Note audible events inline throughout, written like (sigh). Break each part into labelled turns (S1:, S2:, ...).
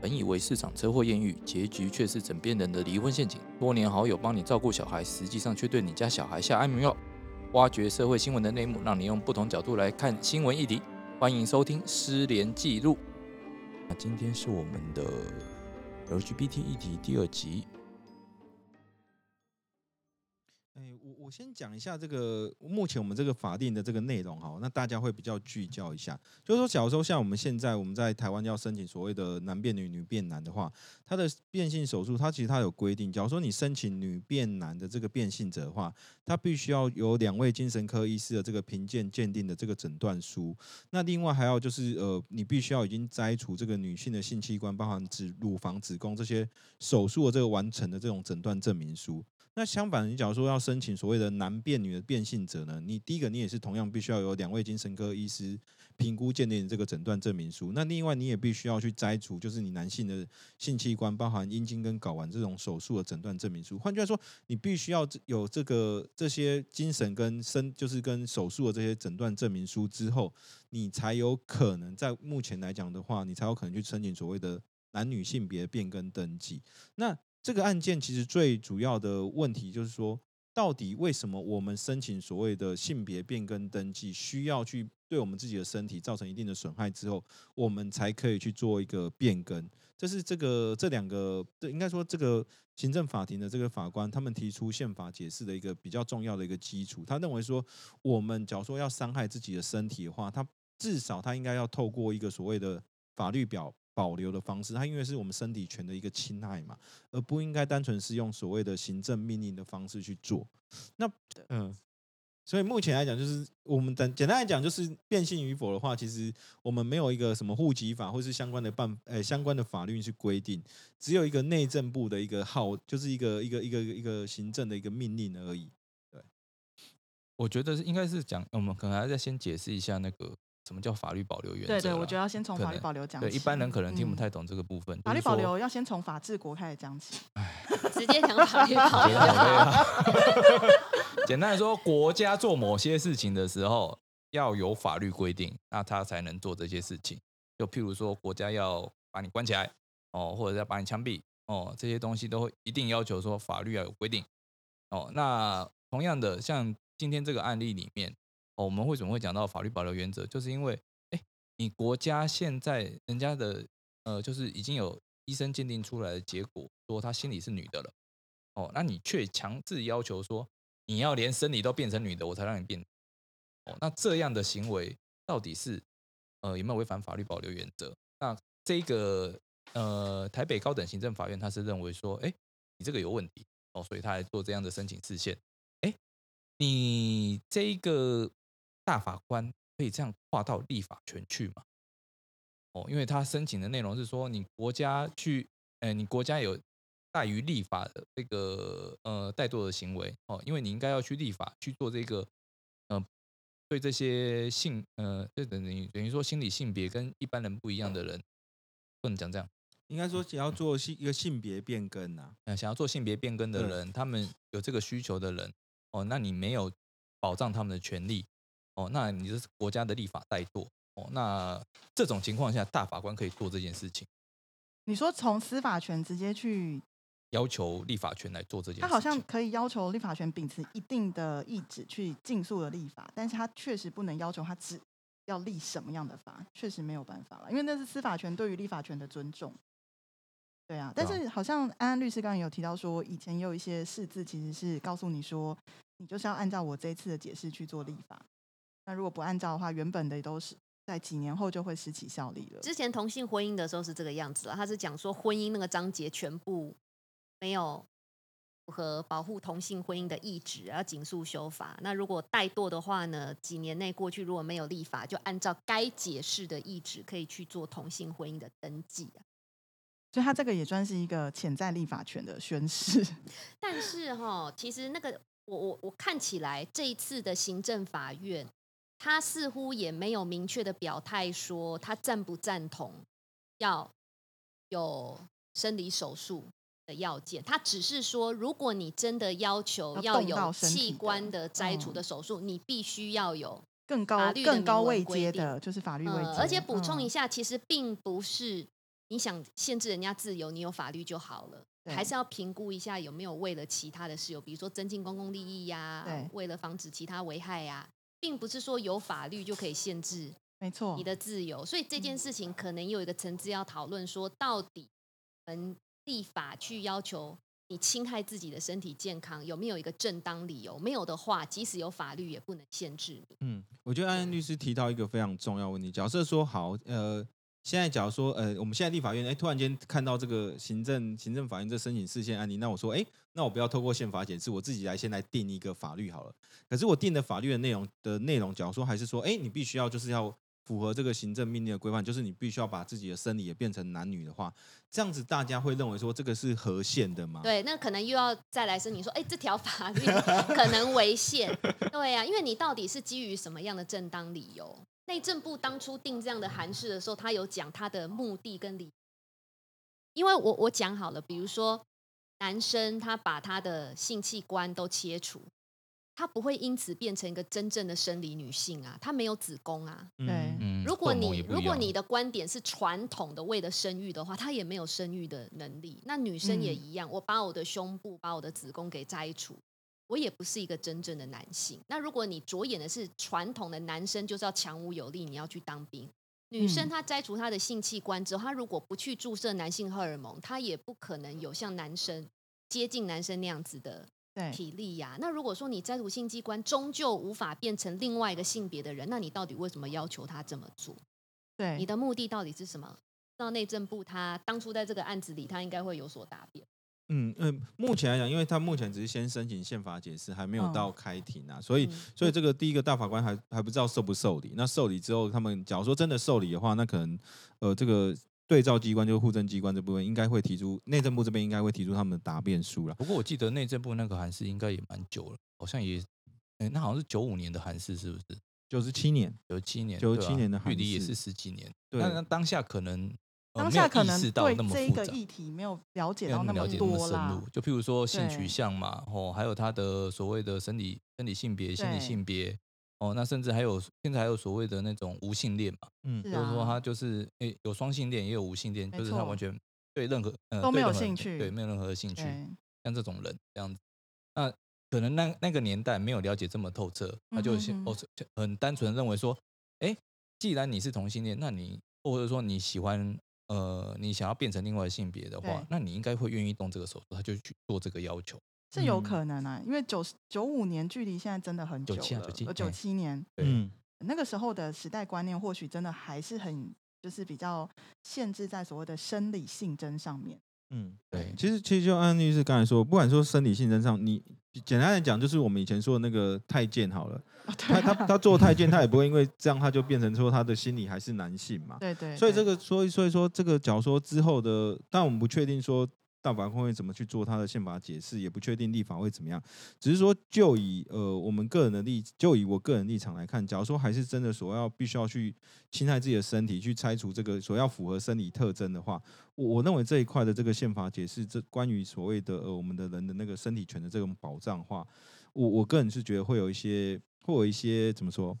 S1: 本以为市场车祸艳遇，结局却是枕边人的离婚陷阱。多年好友帮你照顾小孩，实际上却对你家小孩下安眠药。挖掘社会新闻的内幕，让你用不同角度来看新闻议题。欢迎收听《失联记录》。
S2: 那今天是我们的 LGBT 议题第二集，
S3: 哎、我我先讲一下这个目前我们这个法定的这个内容哈，那大家会比较聚焦一下。就是说，假如说像我们现在我们在台湾要申请所谓的男变女、女变男的话，它的变性手术它其实它有规定，假如说你申请女变男的这个变性者的话，他必须要有两位精神科医师的这个评鉴鉴定的这个诊断书。那另外还要就是呃，你必须要已经摘除这个女性的性器官，包含子乳房、子宫这些手术的这个完成的这种诊断证明书。那相反，你假如说要申请所谓的男变女的变性者呢，你第一个你也是同样必须要有两位精神科医师评估鉴定的这个诊断证明书。那另外你也必须要去摘除，就是你男性的性器官，包含阴茎跟睾丸这种手术的诊断证明书。换句话说，你必须要有这个这些精神跟身，就是跟手术的这些诊断证明书之后，你才有可能在目前来讲的话，你才有可能去申请所谓的男女性别变更登记。那这个案件其实最主要的问题就是说，到底为什么我们申请所谓的性别变更登记，需要去对我们自己的身体造成一定的损害之后，我们才可以去做一个变更？这是这个这两个，这应该说这个行政法庭的这个法官他们提出宪法解释的一个比较重要的一个基础。他认为说，我们假如说要伤害自己的身体的话，他至少他应该要透过一个所谓的法律表保留的方式，他因为是我们身体权的一个侵害嘛，而不应该单纯是用所谓的行政命令的方式去做。那嗯。所以目前来讲，就是我们简简单来讲，就是变性与否的话，其实我们没有一个什么户籍法或是相关的办呃相关的法律去规定，只有一个内政部的一个号，就是一个一个一个一个行政的一个命令而已。
S2: 我觉得是应该是讲，我们可能还在先解释一下那个什么叫法律保留原则啦。
S4: 对对，我觉得要先从
S2: 可
S4: 法律
S2: 能
S4: 保留讲起。
S2: 对一般人可能听不
S4: 嗯
S2: 太懂这个部分。
S4: 法律
S2: 就是说
S4: 保，留要先从法治国开始讲起。
S5: 直接讲法律
S2: 觉得好
S5: 保留就
S2: 累
S5: 好。
S2: 啊简单的说，国家做某些事情的时候，要有法律规定，那他才能做这些事情。就譬如说，国家要把你关起来，哦，或者要把你枪毙，哦，这些东西都会一定要求说法律要有规定。哦，那同样的，像今天这个案例里面，哦，我们为什么会讲到法律保留原则，就是因为，哎，你国家现在人家的呃，就是已经有医生鉴定出来的结果，说她心里是女的了。哦，那你却强制要求说你要连生理都变成女的，我才让你变。哦，那这样的行为到底是呃有没有违反法律保留原则？那这个呃台北高等行政法院他是认为说，哎，你这个有问题哦，所以他来做这样的申请事项。哎，你这一个大法官可以这样跨到立法权去吗？哦，因为他申请的内容是说，你国家去，呃，你国家有怠于立法的这个呃怠惰的行为哦，因为你应该要去立法去做这个呃对这些性呃就等于等于说心理性别跟一般人不一样的人，不能讲这样，
S3: 应该说，只要做性一个性别变更啊，
S2: 呃，想要做性别变更的
S3: 对
S2: 人，他们有这个需求的人哦，那你没有保障他们的权利哦，那你就是国家的立法怠惰哦，那这种情况下，大法官可以做这件事情，
S4: 你说从司法权直接去，
S2: 要求立法权来做这件事情。
S4: 他好像可以要求立法权秉持一定的意志去尽速的立法，但是他确实不能要求他只要立什么样的法，确实没有办法了，因为那是司法权对于立法权的尊重。对啊，但
S2: 对啊
S4: 是好像安安律师刚刚有提到说，以前也有一些释字其实是告诉你说，你就是要按照我这一次的解释去做立法，那如果不按照的话，原本的都是在几年后就会失其效力了。
S5: 之前同性婚姻的时候是这个样子了，他是讲说婚姻那个章节全部没有符合保护同性婚姻的意志，要紧速修法。那如果怠惰的话呢，几年内过去如果没有立法，就按照该解释的意志可以去做同性婚姻的登记啊。
S4: 所以它这个也算是一个潜在立法权的宣示。
S5: 但是哈、其实那个我我我看起来这一次的行政法院，他似乎也没有明确的表态说他赞不赞同要有生理手术的要件，他只是说如果你真的要求
S4: 要
S5: 要
S4: 动到
S5: 有
S4: 身体
S5: 器
S4: 的
S5: 官的摘除
S4: 嗯
S5: 的手术，你必须要有
S4: 更
S5: 法
S4: 高
S5: 律的
S4: 更高
S5: 明文
S4: 位
S5: 规
S4: 阶
S5: 定呃
S4: 的，就是法律位阶、嗯
S5: 呃，而且补充一
S4: 下，
S5: 下，其实并不是你想限制人家自由，你有法律就好了。
S4: 对
S5: 还是要评估一下有没有为了其他的事由，比如说增进公共利益呀、
S4: 对
S5: 为了防止其他危害呀、并不是说有法律就可以限制
S4: 没错
S5: 你，的自由。所以这
S4: 嗯
S5: 件事情可能有一个层次要讨论，说到底我们立法去要求你侵害自己的身体健康有没有一个正当理由？没有的话，即使有法律也不能限制你。
S3: 嗯，我觉得安安律师提到一个非常重要问题，假设说好，呃，现在假如说，呃，我们现在立法院，哎，突然间看到这个行政行政法院这申请事件案例，那我说，哎，那我不要透过宪法解释，我自己来先来定一个法律好了。可是我定的法律的内容的内容，假如说还是说，哎，你必须要就是要符合这个行政命令的规范，就是你必须要把自己的生理也变成男女的话，这样子大家会认为说这个是合宪的吗？
S5: 对，那可能又要再来申请说，哎，这条法律可能违宪。对啊呀、因为你到底是基于什么样的正当理由？内政部当初定这样的函释的时候，他有讲他的目的跟理由。因为我我讲好了，比如说男生他把他的性器官都切除，他不会因此变成一个真正的生理女性啊，他没有子宫啊。
S4: 对
S2: 嗯
S5: 如果
S2: 荷尔蒙
S5: 你
S2: 也不一
S5: 如果
S2: 样
S5: 你的观点是传统的为了生育的话，她也没有生育的能力。那女生也
S4: 嗯
S5: 一样，我把我的胸部、把我的子宫给摘除，我也不是一个真正的男性。那如果你着眼的是传统的男生就是要强武有力，你要去当兵。女生
S4: 嗯
S5: 她摘除她的性器官之后，她如果不去注射男性荷尔蒙，她也不可能有像男生接近男生那样子的
S4: 对，
S5: 体力呀、那如果说你摘除性器官终究无法变成另外一个性别的人，那你到底为什么要求他这么做？
S4: 对，
S5: 你的目的到底是什么？到内政部他当初在这个案子里，他应该会有所答辩。
S3: 嗯嗯，目前来讲，因为他目前只是先申请宪法解释，还没有
S4: 嗯
S3: 到开庭啊，所以
S5: 嗯
S3: 所以这个第一个大法官还还不知道受不受理。那受理之后，他们假如说真的受理的话，那可能呃这个对照机关就是户政机关这部分应该会提出内政部这边应该会提出他们的答辩书了。
S2: 不过我记得内政部那个韩式应该也蛮久了，好像也，哎、那好像是九五年的韩式是不是？
S3: 九十七年，
S2: 九七年，
S3: 97
S2: 对啊
S3: 年的韩
S2: 距离也
S3: 式
S2: 是十几年。
S3: 对
S2: 那那当下可能、呃、
S4: 当
S2: 没有
S4: 下可
S2: 意
S4: 能
S2: 识到
S4: 对
S2: 那么
S4: 这一
S2: 复
S4: 个
S2: 杂
S4: 议题没有了解
S2: 没有
S4: 到
S2: 那么
S4: 么
S2: 了解那么
S4: 多
S2: 深
S4: 啦
S2: 入，，就譬如说性取
S4: 对
S2: 向嘛，哦，还有他的所谓的生理生理性别、心理
S4: 对
S2: 性别，哦，那甚至还有现在还有所谓的那种无性恋嘛，
S3: 嗯
S4: 是
S2: 就是说
S4: 啊
S2: 他就是诶、有双性恋也有无性恋，
S4: 没
S2: 就是他
S4: 错
S2: 完全对任何、呃、
S4: 都
S2: 对
S4: 没有
S2: 任何人
S4: 兴趣
S2: 对，没有任何兴趣，
S4: 对，
S2: 像这种人这样子，那可能那那个年代没有了解这么透彻，他就先、
S4: 嗯哼
S2: 哦很单纯地认为说，哎，既然你是同性恋，那你或者说你喜欢呃你想要变成另外性别的话
S4: 对，
S2: 那你应该会愿意动这个手术，他就去做这个要
S4: (laughs)
S2: 求。
S4: 是有
S3: 嗯
S4: 可能啊，因为九九五年距离现在真的很久
S2: 97啊
S4: 了
S2: 97，
S4: 呃
S2: 哎
S4: 九七年，
S2: 对
S3: 嗯
S4: 那个时候的时代观念，或许真的还是很就是比较限制在所谓的生理性征上面。
S3: 嗯，
S2: 对
S3: 其实其实就按律师刚才说，不管说生理性征上，你简单来讲就是我们以前说的那个太监好了，
S2: 哦啊
S3: 他他他做太监，他也不会因为这样他就变成说他的心理还是男性嘛。
S4: 对对，嗯
S3: 所以这
S4: 对
S3: 个，所以所以说这个，假如说之后的，但我们不确定说大法官会怎么去做他的宪法解释，也不确定立法会怎么样。只是说，就以呃我们个人的立，就以我个人立场来看，假如说还是真的所要必须要去侵害自己的身体，去拆除这个所要符合生理特征的话，我我认为这一块的这个宪法解释，这关于所谓的呃我们的人的那个身体权的这种保障的话，我我个人是觉得会有一些，会有一些怎么说，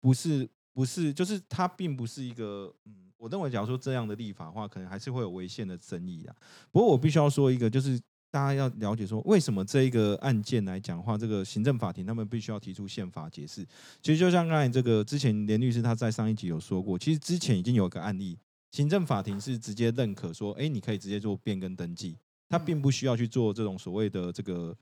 S3: 不是不是，就是它并不是一个，嗯，我认为假如说这样的立法的话，可能还是会有违宪的争议啊。不过我必须要说一个，就是大家要了解说，为什么这一个案件来讲的话，这个行政法庭他们必须要提出宪法解释。其实就像刚才这个之前连律师他在上一集有说过，其实之前已经有个案例，行政法庭是直接认可说，哎，你可以直接做变更登记，他并不需要去做这种所谓的这个。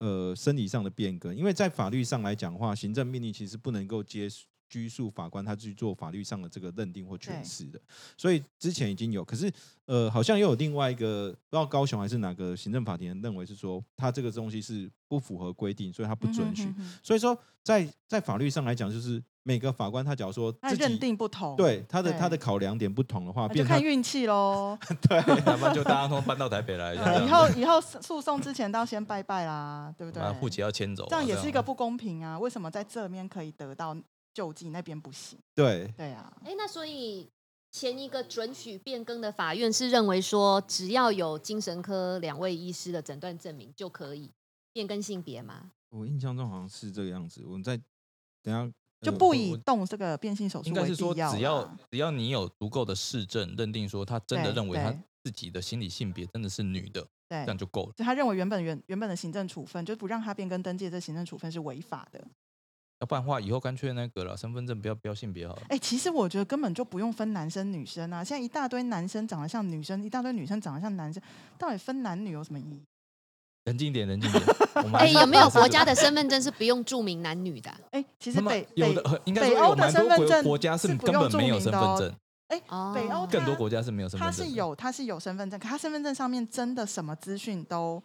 S3: 呃，生理上的变更，因为在法律上来讲的话，行政命令其实不能够接拘束法官他去做法律上的这个认定或诠
S4: 对
S3: 释的，所以之前已经有，可是呃，好像又有另外一个，不知道高雄还是哪个行政法庭认为是说，他这个东西是不符合规定，所以他不
S4: 嗯哼
S3: 准许。
S4: 哼哼
S3: 所以说在，在法律上来讲，就是每个法官他假如说
S4: 那
S3: 自己
S4: 认定不同，
S3: 对他的
S4: 对
S3: 他的考量点不同的话，
S4: 那就
S3: 变成
S4: 看运气喽。
S2: 要不然就大家都搬到台北
S4: (laughs)
S2: 来，这样
S4: 以后以后诉讼之前都要先拜拜啦，对不对
S2: 把？户籍要迁走啊，
S4: 这样也是一个
S2: 啊
S4: 不公平啊！为什么在这边可以得到救济，那边不行？
S3: 对
S4: 对啊，
S5: 哎，那所以前一个准许变更的法院是认为说，只要有精神科两位医师的诊断证明就可以变更性别吗？
S3: 我印象中好像是这个样子。我们在等一下
S4: 就
S3: 嗯
S4: 不
S2: 呃我
S4: 以
S2: 我
S4: 动这个变性手术
S2: 应该
S4: 为
S2: 是说，
S4: 必要
S2: 只要
S4: 啦
S2: 只要你有足够的市政认定说他真的
S4: 对
S2: 认为他
S4: 对
S2: 自己的心理性别真的是女的，这
S4: 对
S2: 样，就够了，
S4: 就他认为原本原原本的行政处分，就不让他变更登记的这行政处分是违法的。
S2: 要不然的话以后干脆那个了，身份证不要标性别好了。
S4: 哎、其实我觉得根本就不用分男生女生啊，现在一大堆男生长得像女生，一大堆女生长得像男生，到底分男女有什么意义？
S2: 冷静一点，冷静一点。我们还
S5: 哎、
S2: 是
S5: 有没有
S2: 还是
S5: 国家
S2: (laughs)
S5: 的身份证是不用注明男女的啊、
S4: 哎、其实
S2: 那么
S4: 北
S2: 有
S4: 北
S2: 的很应该
S4: 北
S2: 说
S4: 欧
S2: 有
S4: 的
S2: 蛮多
S4: 身份
S2: 国
S4: 证
S2: 国家是
S4: 是不
S2: 根
S4: 用
S2: 本
S4: 注
S2: 没有
S4: 明
S2: 身
S4: 的
S2: 份
S4: 哦
S2: 证，
S5: 哦，
S4: (laughs) 北欧
S2: 更多
S4: 它
S2: 国家是没有身份
S4: 他
S2: 证
S4: 是
S2: 的。
S4: 有他是有身份证，可他身份证上面真的什么资讯都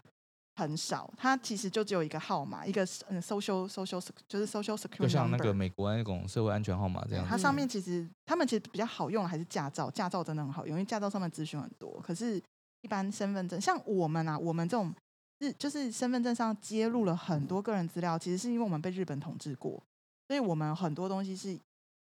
S4: 很少，他其实就只有一个号码，一个嗯 social social sec- 就是 social
S2: 就
S4: security
S2: 像那
S4: number
S2: 个。美国那种社会安全号码这
S4: 对
S2: 样
S4: 它
S2: 子，
S4: 上面其实他们其实比较好用的还是驾照，驾照真的很好用，因为驾照上面资讯很多。可是，一般身份证像我们啊，我们这种日就是身份证上揭露了很多个人资料，其实是因为我们被日本统治过，所以我们很多东西是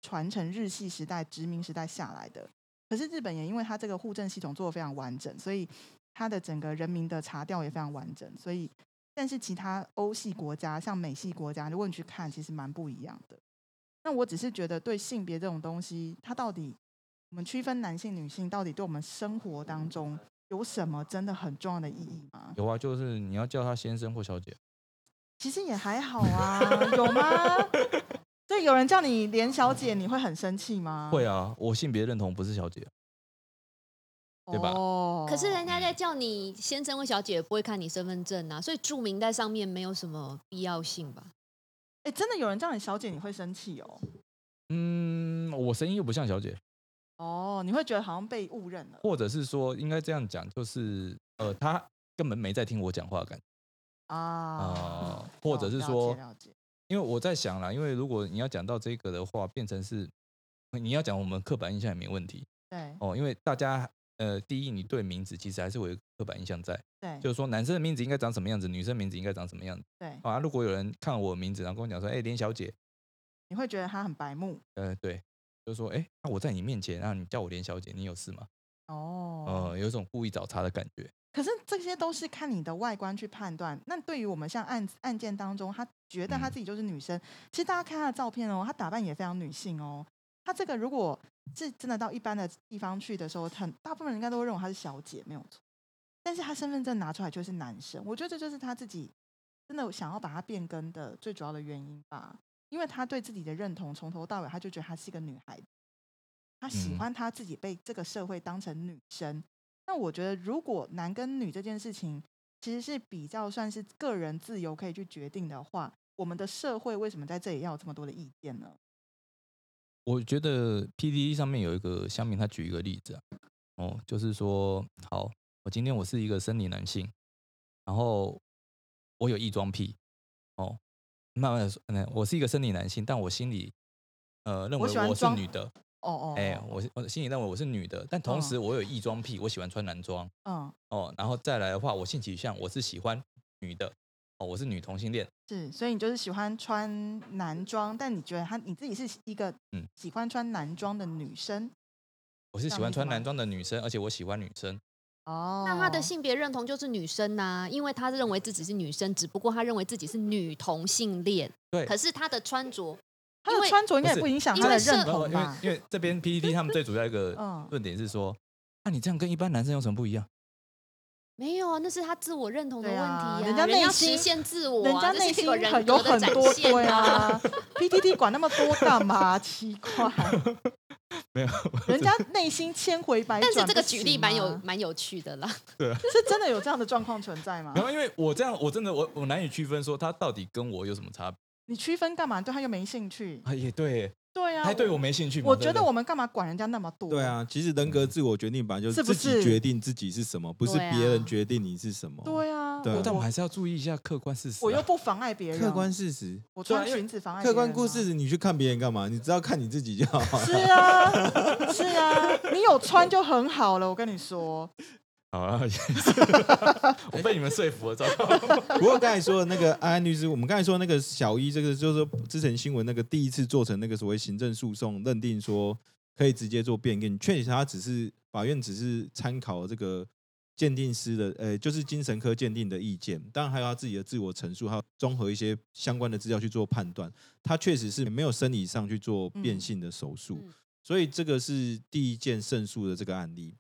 S4: 传承日系时代、殖民时代下来的。可是日本也因为它这个户政系统做的非常完整，所以它的整个人民的查调也非常完整。所以，但是其他欧系国家，像美系国家，如果你去看，其实蛮不一样的。那我只是觉得对性别这种东西，它到底我们区分男性女性，到底对我们生活当中有什么真的很重要的意义吗？
S2: 有啊，就是你要叫他先生或小姐，
S4: 其实也还好啊，有吗？ (laughs) 对，有人叫你连小姐，你会很生气吗？
S2: 会啊，我性别认同不是小姐，对吧
S4: 哦
S5: 可是人家在叫你先生或小姐，也不会看你身份证啊，所以注明在上面没有什么必要性吧？
S4: 哎、真的有人叫你小姐，你会生气哦。
S2: 嗯，我声音又不像小姐，
S4: 哦，你会觉得好像被误认了
S2: 或者是说应该这样讲，就是呃，他根本没在听我讲话的感觉，
S4: 啊、 (laughs)
S2: 哦或者是说
S4: 了解了解
S2: 因为我在想啦，因为如果你要讲到这个的话，变成是你要讲我们刻板印象也没问题
S4: 对
S2: 哦，因为大家呃，第一，你对名字其实还是会有刻板印象在，
S4: 对
S2: 就是说男生的名字应该长什么样子，女生名字应该长什么样子
S4: 对，
S2: 啊。如果有人看我的名字，然后跟我讲说，哎、连小姐，
S4: 你会觉得他很白目
S2: 呃，对，就说，哎、那我在你面前，然后啊你叫我连小姐，你有事吗？
S4: 哦。
S2: 呃，有一种故意找茬的感觉。
S4: 可是这些都是看你的外观去判断。那对于我们像案子案件当中，他觉得他
S2: 嗯
S4: 自己就是女生，其实大家看他的照片哦，他打扮也非常女性哦。他这个如果是真的到一般的地方去的时候，很大部分人应该都会认为他是小姐，没有错。但是他身份证拿出来就是男生，我觉得这就是他自己真的想要把它变更的最主要的原因吧。因为他对自己的认同从头到尾，他就觉得他是一个女孩子，他喜
S2: 嗯
S4: 欢他自己被这个社会当成女生。那我觉得，如果男跟女这件事情其实是比较算是个人自由可以去决定的话，我们的社会为什么在这里要有这么多的意见呢？
S2: 我觉得 P D E 上面有一个乡民，他举一个例子啊，哦，就是说，好，我今天我是一个生理男性，然后我有异装癖，哦，慢慢的说，嗯，我是一个生理男性，但我心里呃认
S4: 我
S2: 为
S4: 喜欢
S2: 我是
S4: 装
S2: 女的，
S4: 哦哦，
S2: 哎、
S4: 哦
S2: 我是我心里认为我是女的，但同
S4: 嗯
S2: 时我有异装癖，我喜欢穿男装，
S4: 嗯，
S2: 哦，然后再来的话，我性取向我是喜欢女的，哦，我是女同性恋，
S4: 是，所以你就是喜欢穿男装，但你觉得他你自己是一个
S2: 嗯
S4: 喜欢穿男装的女生
S2: 我是喜
S4: 这样
S2: 欢
S4: 意思
S2: 穿
S4: 吗
S2: 男装的女生，而且我喜欢女生，
S4: 哦。
S5: 那他的性别认同就是女生呐、因为他认为自己是女生，只不过他认为自己是女同性恋。
S2: 对
S5: 可是他的穿着，
S4: 他
S5: 因
S4: 的
S5: 为
S4: 穿着应
S2: 不
S4: 该也
S2: 是
S4: 不影响
S5: 因
S4: 他的
S5: 为社
S4: 认
S5: 不
S2: 呃
S4: 同
S2: 因为
S4: 吧？
S2: 因为这
S4: (laughs)
S2: 边 PPT 他们最主要一个
S4: 嗯
S2: 论点是说，那、你这样跟一般男生有什么不一样？
S5: 没有啊，那是他自我认同的问题
S4: 对啊人家内
S5: 要
S4: 心
S5: 实现自我、啊，
S4: 人家
S5: 这是
S4: 内
S5: 一
S4: 心
S5: 个人
S4: 很有
S5: 格的
S4: 很
S5: 展
S4: 多
S5: 现
S4: 对 (laughs)
S5: 啊。
S4: 啊，PTT 管那么多干嘛？奇怪，
S2: 没有，
S4: 人家内心千回百
S5: 但
S4: 转。
S5: 是这个
S4: 不
S5: 举
S4: 行
S5: 例蛮有
S4: 吗
S5: 蛮有趣的
S4: (laughs)
S5: 啦，
S4: 是真的有这样的状况存在吗
S2: 然？后因为我这样，我真的我我难以区分说他到底跟我有什么差别。
S4: 你区分干嘛？对他又没兴趣。
S2: 啊，也对耶，
S4: 对啊，
S2: 他对我没兴趣嘛。
S4: 我
S2: 对
S4: 觉
S2: 不
S4: 得
S2: 对
S4: 我们干嘛管人家那么多？
S3: 对，啊，其实人格自我决定本来就是是
S4: 不
S3: 自
S4: 是
S3: 己决定自己是什么，不是
S5: 对啊
S3: 别人决定你是什么。
S4: 对啊，
S3: 对啊
S2: 不过但我们
S4: 我
S2: 还是要注意一下客观事实啊、
S4: 我又不妨碍别人，
S3: 客观事实，
S4: 我
S2: 对啊
S4: 穿
S2: 因为
S4: 裙子妨碍别
S3: 客
S4: 人
S3: 观
S4: 啊
S3: 故事，你去看别人干嘛？你只要看你自己就好。
S4: 是啊，是啊， (laughs) 你有穿就很好了。我跟
S3: (laughs)
S4: 你说，
S2: (laughs) 好
S4: (laughs)
S2: 啊，也是我被你们说服了，糟糕。
S3: (laughs) 不过刚才说的那个安安律师，我们刚才说那个小一，这个就是说之前新闻那个第一次做成那个所谓行政诉讼，认定呃说可以直接做变更，确实他只是法院只是参考这个鉴定师的，呃，就是精神科鉴定的意见，当然还有他自己的自我陈述，还有综合一些相关的资料去做判断。他确实是没有生理上去做变性的手术，
S5: 嗯
S3: 所以这个是第一件胜诉的这个案例。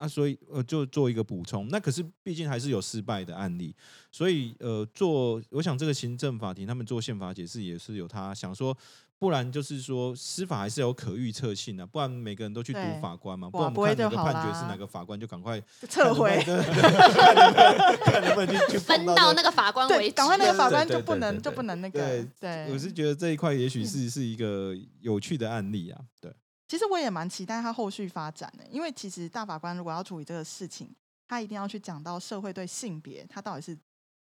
S3: 啊，所以呃，就做一个补充。那可是毕竟还是有失败的案例，所以呃，做我想这个行政法庭他们做宪法解释也是有他想说，不然就是说司法还是有可预测性的、啊不然每个人都去读
S4: 对
S3: 法官嘛，不
S4: 哇
S3: 然我
S4: 不
S3: 们
S4: 会
S3: 看哪
S4: 就
S3: 个
S4: 好
S3: 判决
S4: 啦
S3: 是哪个法官就赶快
S4: 撤回， (laughs)
S3: 看能不能看能不能去去
S5: 分
S3: 碰
S5: 到
S3: 那
S5: 那个法官为
S4: 对，
S5: 止。
S4: 赶快那个法官
S3: 对
S4: 就
S3: 对
S4: 不
S3: 对
S4: 能
S3: 对
S4: 就
S3: 对
S4: 不能那个
S3: 对，
S4: 对，
S3: 我是觉得这一块也许是是一个有趣的案例啊，对，
S4: 其实我也蛮期待他后续发展的，因为其实大法官如果要处理这个事情，他一定要去讲到社会对性别他到底是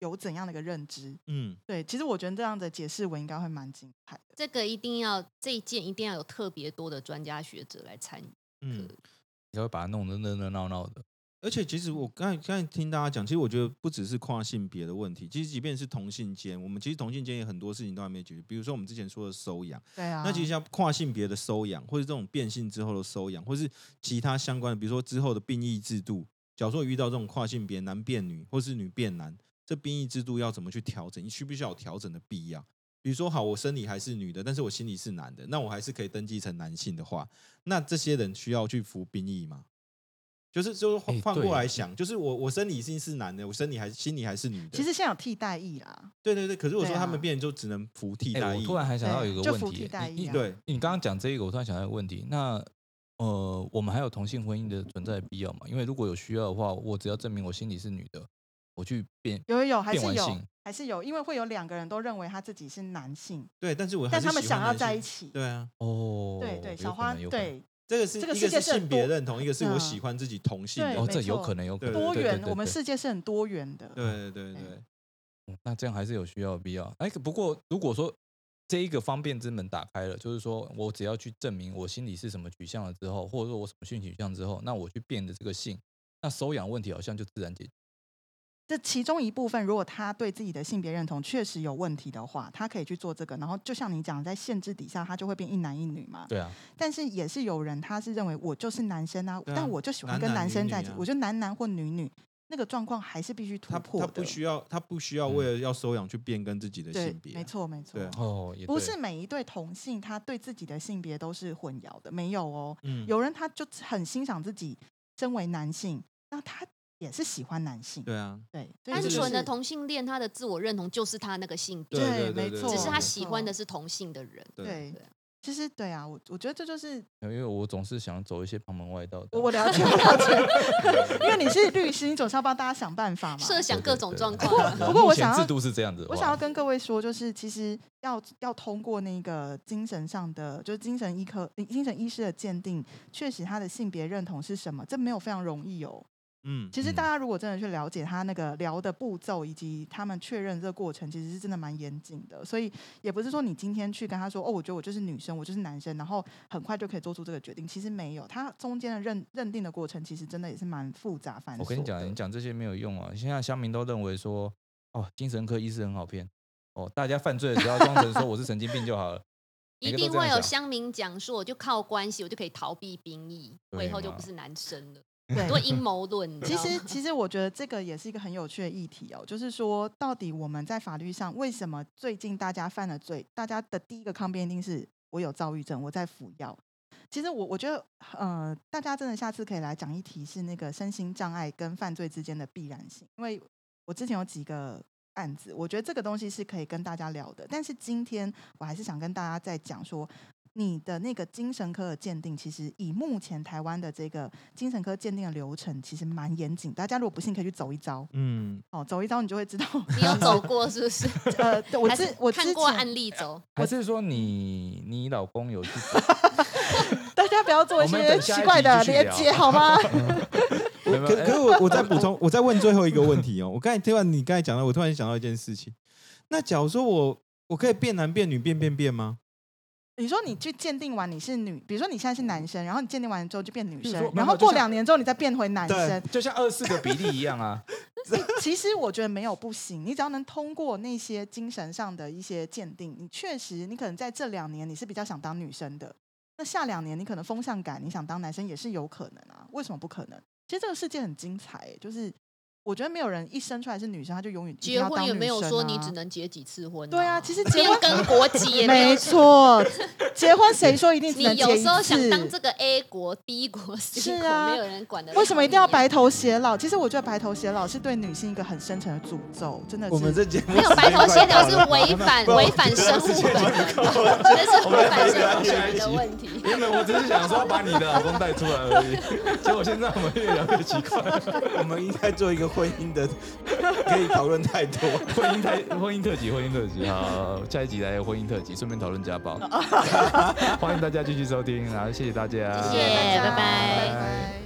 S4: 有怎样的一个认知。
S3: 嗯，
S4: 对，其实我觉得这样的解释文应该会蛮精彩的。
S5: 这个一定要这一件一定要有特别多的专家学者来参与。
S3: 嗯，
S2: 才会把它弄得热热闹闹的。
S3: 而且其实我刚才刚才听大家讲，其实我觉得不只是跨性别的问题，其实即便是同性间，我们其实同性间也很多事情都还没解决，比如说我们之前说的收养，
S4: 对啊，
S3: 那其实像跨性别的收养，或是这种变性之后的收养，或是其他相关的，比如说之后的兵役制度，假如说遇到这种跨性别男变女，或是女变男，这兵役制度要怎么去调整？你需不需要有调整的必要？比如说，好，我生理还是女的，但是我心里是男的，那我还是可以登记成男性的话，那这些人需要去服兵役吗？就是就是换
S2: 哎
S3: 换
S2: 对
S3: 过来想，就是我我生理性是男的，我生理还心里还是女的。
S4: 其实现在有替代役啦，
S3: 对对对，可是我说
S4: 对啊
S3: 他们变成就只能服替
S2: 哎、
S3: 代
S2: 我
S3: 役。
S2: 突然还想到有一个
S4: 对
S2: 问
S4: 就服
S2: 题
S4: 替代
S2: 欸，你
S4: 役啊
S3: 对，
S2: 你刚刚讲这个，我突然想到一个问题，那呃，我们还有同性婚姻的存在必要吗？因为如果有需要的话，我只要证明我心里是女的，我去变，
S4: 有有有，还
S2: 变
S4: 是
S2: 完
S4: 有
S2: 性
S4: 还是有，因为会有两个人都认为他自己是男性，
S3: 对，但是哦我还
S4: 但
S3: 是
S4: 他们
S3: 喜欢
S4: 想要
S3: 男性
S4: 在一起。
S3: 对啊，
S2: 哦，
S4: 对对，
S2: 有
S4: 小
S2: 可
S4: 花
S2: 能有可能
S4: 对
S3: 这个是
S4: 这个
S3: 一
S4: 世
S3: 个
S4: 界
S3: 是
S4: 是很
S3: 性别
S4: 多
S3: 认同，一个是我
S4: 嗯
S3: 喜欢自己同性
S4: 对
S3: 的
S2: 哦，
S4: 没。
S2: 这有
S4: 错
S2: 可能有可
S3: 对
S2: 能
S3: 对
S4: 多
S2: 对对
S4: 元，
S2: 对
S4: 我们
S2: 对
S4: 世界是很多元的。
S3: 对对
S4: 哎
S3: 对，
S2: 嗯那这样还是有需要的必要。哎，不过如果说这一个方便之门打开了，就是说我只要去证明我心里是什么取向了之后，或者说我什么性取向之后，那我去变的这个性，那收养问题好像就自然解决。
S4: 这其中一部分，如果他对自己的性别认同确实有问题的话，他可以去做这个。然后就像你讲，在限制底下，他就会变一男一女嘛。
S2: 对啊，
S4: 但是也是有人，他是认为我就是男生啊，
S3: 对啊
S4: 但我就喜欢
S3: 男
S4: 跟
S3: 男
S4: 男
S3: 女
S4: 生
S3: 女
S4: 在一起，
S3: 啊
S4: 我就男男或女女，那个状况还是必须突
S3: 他
S4: 破
S3: 他
S4: 的。
S3: 不需要，他不需要
S2: 嗯
S3: 为了要收养去变更自己的
S4: 对
S3: 性，别，
S4: 没。错没错
S3: 对啊，
S2: 哦，也
S4: 不
S2: 对
S4: 是每一对同性他对自己的性别都是混淆的，没有哦。
S3: 嗯，
S4: 有人他就很欣赏自己身为男性，那他也是喜欢男性。
S3: 对啊，
S4: 对，所以
S5: 单
S4: 这就
S5: 纯的
S4: 是
S5: 同性恋，他的自我认同就是他那个性别，
S3: 对对
S4: 没
S3: 对对
S4: 错，
S5: 只是他
S4: 没
S5: 喜欢
S4: 错
S5: 的是同性的人。
S3: 对，
S4: 对，其实对啊，我我觉得这
S5: (laughs)
S4: 就是
S2: 因为我总是想走一些旁门外道的。
S4: 我我了解我了解， (laughs) 因为你是律师，你总是要帮大家想办法嘛。
S5: 设想各种状
S2: 对
S5: 况。
S4: (laughs)
S5: 啊
S2: 对对
S4: 不过我
S2: 目前
S4: 想要
S3: (laughs)
S2: 制度是这样子的话，
S4: 我想要跟各位说，就是其实要要通过那个精神上的，就是精神医科、精神医师的鉴定，确实他的性别认同是什么，这没有非常容易哦。
S3: 嗯，
S4: 其实
S2: 嗯
S4: 大家如果真的去了解他那个聊的步骤以及他们确认这个过程，其实是真的蛮严谨的。所以也不是说你今天去跟他说哦，我觉得我就是女生，我就是男生，然后很快就可以做出这个决定。其实没有，他中间的认认定的过程，其实真的也是蛮复杂繁琐的。
S2: 我跟你讲，你讲这些没有用啊！现在乡民都认为说，哦，精神科医师很好骗，哦，大家犯罪了只要装成说我是神经病就好了。
S5: 一
S2: 每个
S5: 定
S2: 都这样
S5: 会有
S2: 想
S5: 乡民讲说，我就靠关系，我就可以逃避兵役，
S2: 对
S5: 我以后就
S2: 嘛
S5: 不是男生了，
S4: 对 (laughs)
S5: 很多阴谋论。你知
S4: 其
S5: 道
S4: 实
S5: 吗，
S4: 其实我觉得这个也是一个很有趣的议题哦，就是说，到底我们在法律上为什么最近大家犯了罪，大家的第一个抗辩一定是我有躁郁症，我在服药。其实我我觉得，呃，大家真的下次可以来讲一题是那个身心障碍跟犯罪之间的必然性，因为我之前有几个案子，我觉得这个东西是可以跟大家聊的。但是今天我还是想跟大家再讲说，你的那个精神科的鉴定，其实以目前台湾的这个精神科鉴定的流程，其实蛮严谨。大家如果不信，可以去走一遭
S3: 嗯，
S4: 哦，走一遭你就会
S5: (laughs)
S4: 知道。
S5: 你有走过是不是？
S4: 呃， (laughs) 对我
S5: 还
S4: 之
S5: 是
S4: 我
S5: 看
S4: 之
S5: 过
S4: 前，
S5: 案例走，
S2: 还是说你你老公有去做？
S4: 大家不要做一
S2: 我们等
S4: 些
S2: 下一
S4: 奇
S2: 集
S4: 怪的
S2: 继续聊
S4: 连接
S2: (laughs)
S4: 好吗？
S2: 没有没
S3: 可
S2: 有哎
S3: 可是我我再补充，我再问最后一个问题哦。我刚才听完你刚才讲到，我突然想到一件事情。那假如说我我可以变男变女变变变吗？
S4: 你说你去鉴定完你是女，比如说你现在是男生，然后你鉴定完之后就变女
S2: 比如说
S4: 生，
S2: 没有没
S4: 然后
S2: 有就
S4: 过
S2: 像
S4: 两年之后你再变回男
S3: 对
S4: 生，
S2: 就像二四个比例一样啊，
S4: 其实我觉得没有不行，你只要能通过那些精神上的一些鉴定，你确实你可能在这两年你是比较想当女生的，那下两年你可能风向感你想当男生也是有可能啊，为什么不可能？其实这个世界很精彩、就是我觉得没有人一生出来是女生，她就永远一定
S5: 结
S4: 要
S5: 婚
S4: 当
S5: 也
S4: 女
S5: 没有
S4: 生
S5: 说
S4: 啊
S5: 你只能结几次婚、
S4: 对啊，其实结
S5: 变
S4: 婚
S5: 更国籍也没
S4: 没
S5: 有。
S4: 错，结婚谁说一定只
S5: 你
S4: 能结
S5: 有
S4: 一
S5: 时候想当
S4: 次？
S5: 这个 A 国、B 国、C
S4: 是
S5: 国，
S4: 啊
S5: 没有人管的。
S4: 为什么一定要
S5: 啊
S4: 白？头偕老？其实我觉得白头偕老是对女性一个很深沉的诅咒，真的是。
S3: 我们这节目
S5: 没有白头偕老是
S3: 我
S5: 违反违反生物本能的，这是违反生物本能的问题。
S2: 原本我只是想说把你的老公带出来而已，结果现在我们越聊越奇怪，
S3: 我们应该做一个婚姻的， (laughs) 可以讨论太多。
S2: 婚姻太婚姻特辑，婚姻特辑，好，下一集来婚姻特辑，顺便讨论家 (laughs) 暴，欢迎大家继续收听，然后谢谢大家，
S5: 谢谢大家拜拜
S4: 拜拜